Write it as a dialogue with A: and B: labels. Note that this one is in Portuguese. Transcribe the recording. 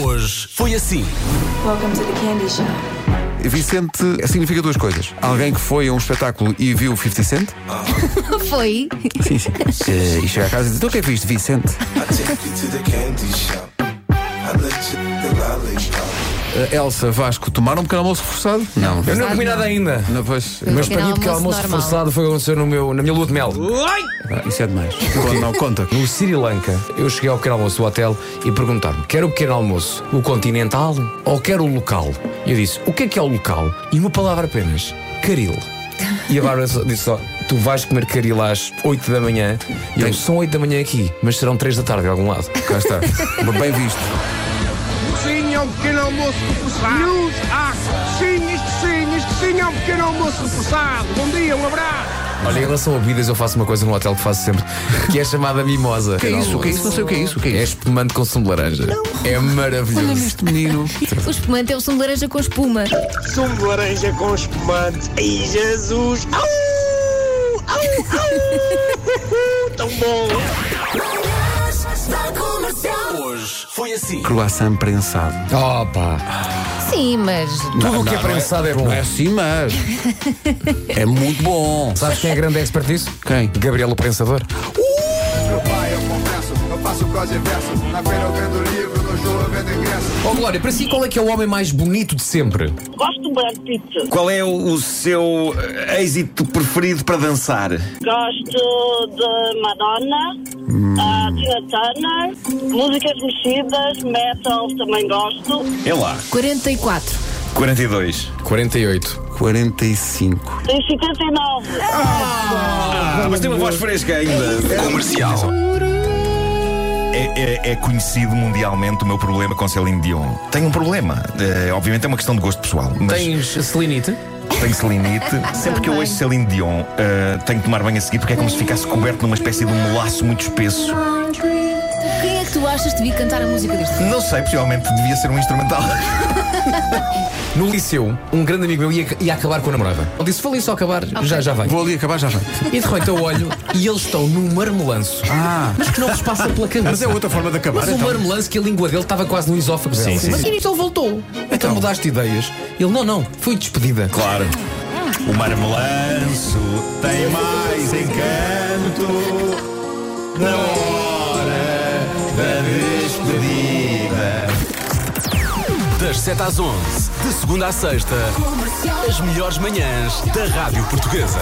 A: hoje foi assim.
B: Welcome to the candy shop.
A: Vicente significa duas coisas. Alguém que foi a um espetáculo e viu 50 Cent.
C: Foi.
A: Sim, sim. E, e chega a casa e diz: Então o que é que viste, Vicente?
D: I take you to the candy shop. I let you the lollipop.
A: Uh, Elsa Vasco, tomaram um pequeno almoço reforçado? Não.
E: Eu não comi nada ainda.
A: Não, pois,
E: O meu
C: Um Pequeno
E: espanhol que
C: almoço
E: almoço
C: normal.
E: forçado foi o que aconteceu no meu, na minha lua de mel.
A: Ah, isso é demais. Conta, não, conta.
E: No Sri Lanka, eu cheguei ao pequeno almoço do hotel e perguntaram-me: quer o pequeno almoço, o continental ou quer o local? E eu disse: o que é que é o local? E uma palavra apenas: caril. E a Bárbara só- disse só: tu vais comer caril às 8 da manhã. E eu, são 8 da manhã aqui, mas serão 3 da tarde em algum lado.
A: Cá está. Bem visto.
F: Sim, é um pequeno almoço reforçado. News Act. Sim, isto sim, isto sim é um pequeno almoço reforçado. Bom dia, um abraço.
E: Olha, em relação a bebidas, eu faço uma coisa no hotel que faço sempre, que é chamada mimosa.
A: Que é isso? Que é isso? Não sei o que é isso. o Que é
E: É
A: isso?
E: espumante com sumo de laranja. É maravilhoso.
A: Olha-me este menino.
C: O espumante é o sumo de laranja com espuma.
G: sumo de laranja com espumante. Ai, Jesus! Au! Au! Au! Tão bom!
A: Croissant prensado.
E: Opa!
C: Sim, mas.
E: Tudo o que é prensado é bom.
A: Não é assim, mas. É muito bom.
E: Sabes quem é grande expert disso?
A: Quem?
E: Gabriel o Prensador. Ó Glória, para si qual é que é o homem mais bonito de sempre?
H: Gosto do Brad Pitt.
I: Qual é o, o seu eh, êxito preferido para dançar? É
H: Gosto de Madonna, ah, Tina Turner, músicas mexidas, metal também gosto.
I: É lá,
C: 44.
I: 42.
E: 48.
A: 45.
H: Tenho 59.
I: Ah, mas tem uma voz fresca ainda. Comercial. É, é- é conhecido mundialmente o meu problema com Celine Dion. Tenho um problema. Eh, obviamente é uma questão de gosto pessoal. Mas
E: Tens a Selinite?
I: tem esse limite. Sempre que eu
C: Também.
I: ouço Celine Dion, eh, tenho que tomar banho a seguir porque é como se ficasse coberto numa espécie de um laço muito espesso.
C: Quem é que tu achas que devia cantar a música deste?
I: Não sei, possivelmente devia ser um instrumental.
E: No liceu, um grande amigo meu ia, ia acabar com a namorada. Ele disse, vou ali só acabar, já, já vai.
A: Vou ali acabar, já vai.
E: E de repente eu olho e eles estão num marmelanço.
A: Ah.
E: Mas que não lhes passa pela cabeça.
A: Mas é outra forma de acabar.
E: Mas o
A: então.
E: marmelanço que a língua dele estava quase no esófago dele.
I: sim,
E: Mas
I: sim.
E: e nisso ele voltou. Então mudaste de ideias. Ele, não, não, fui despedida.
I: Claro. O marmelanço tem mais encanto na hora da despedida.
J: Das 7 às 11, de segunda à sexta, as melhores manhãs da Rádio Portuguesa.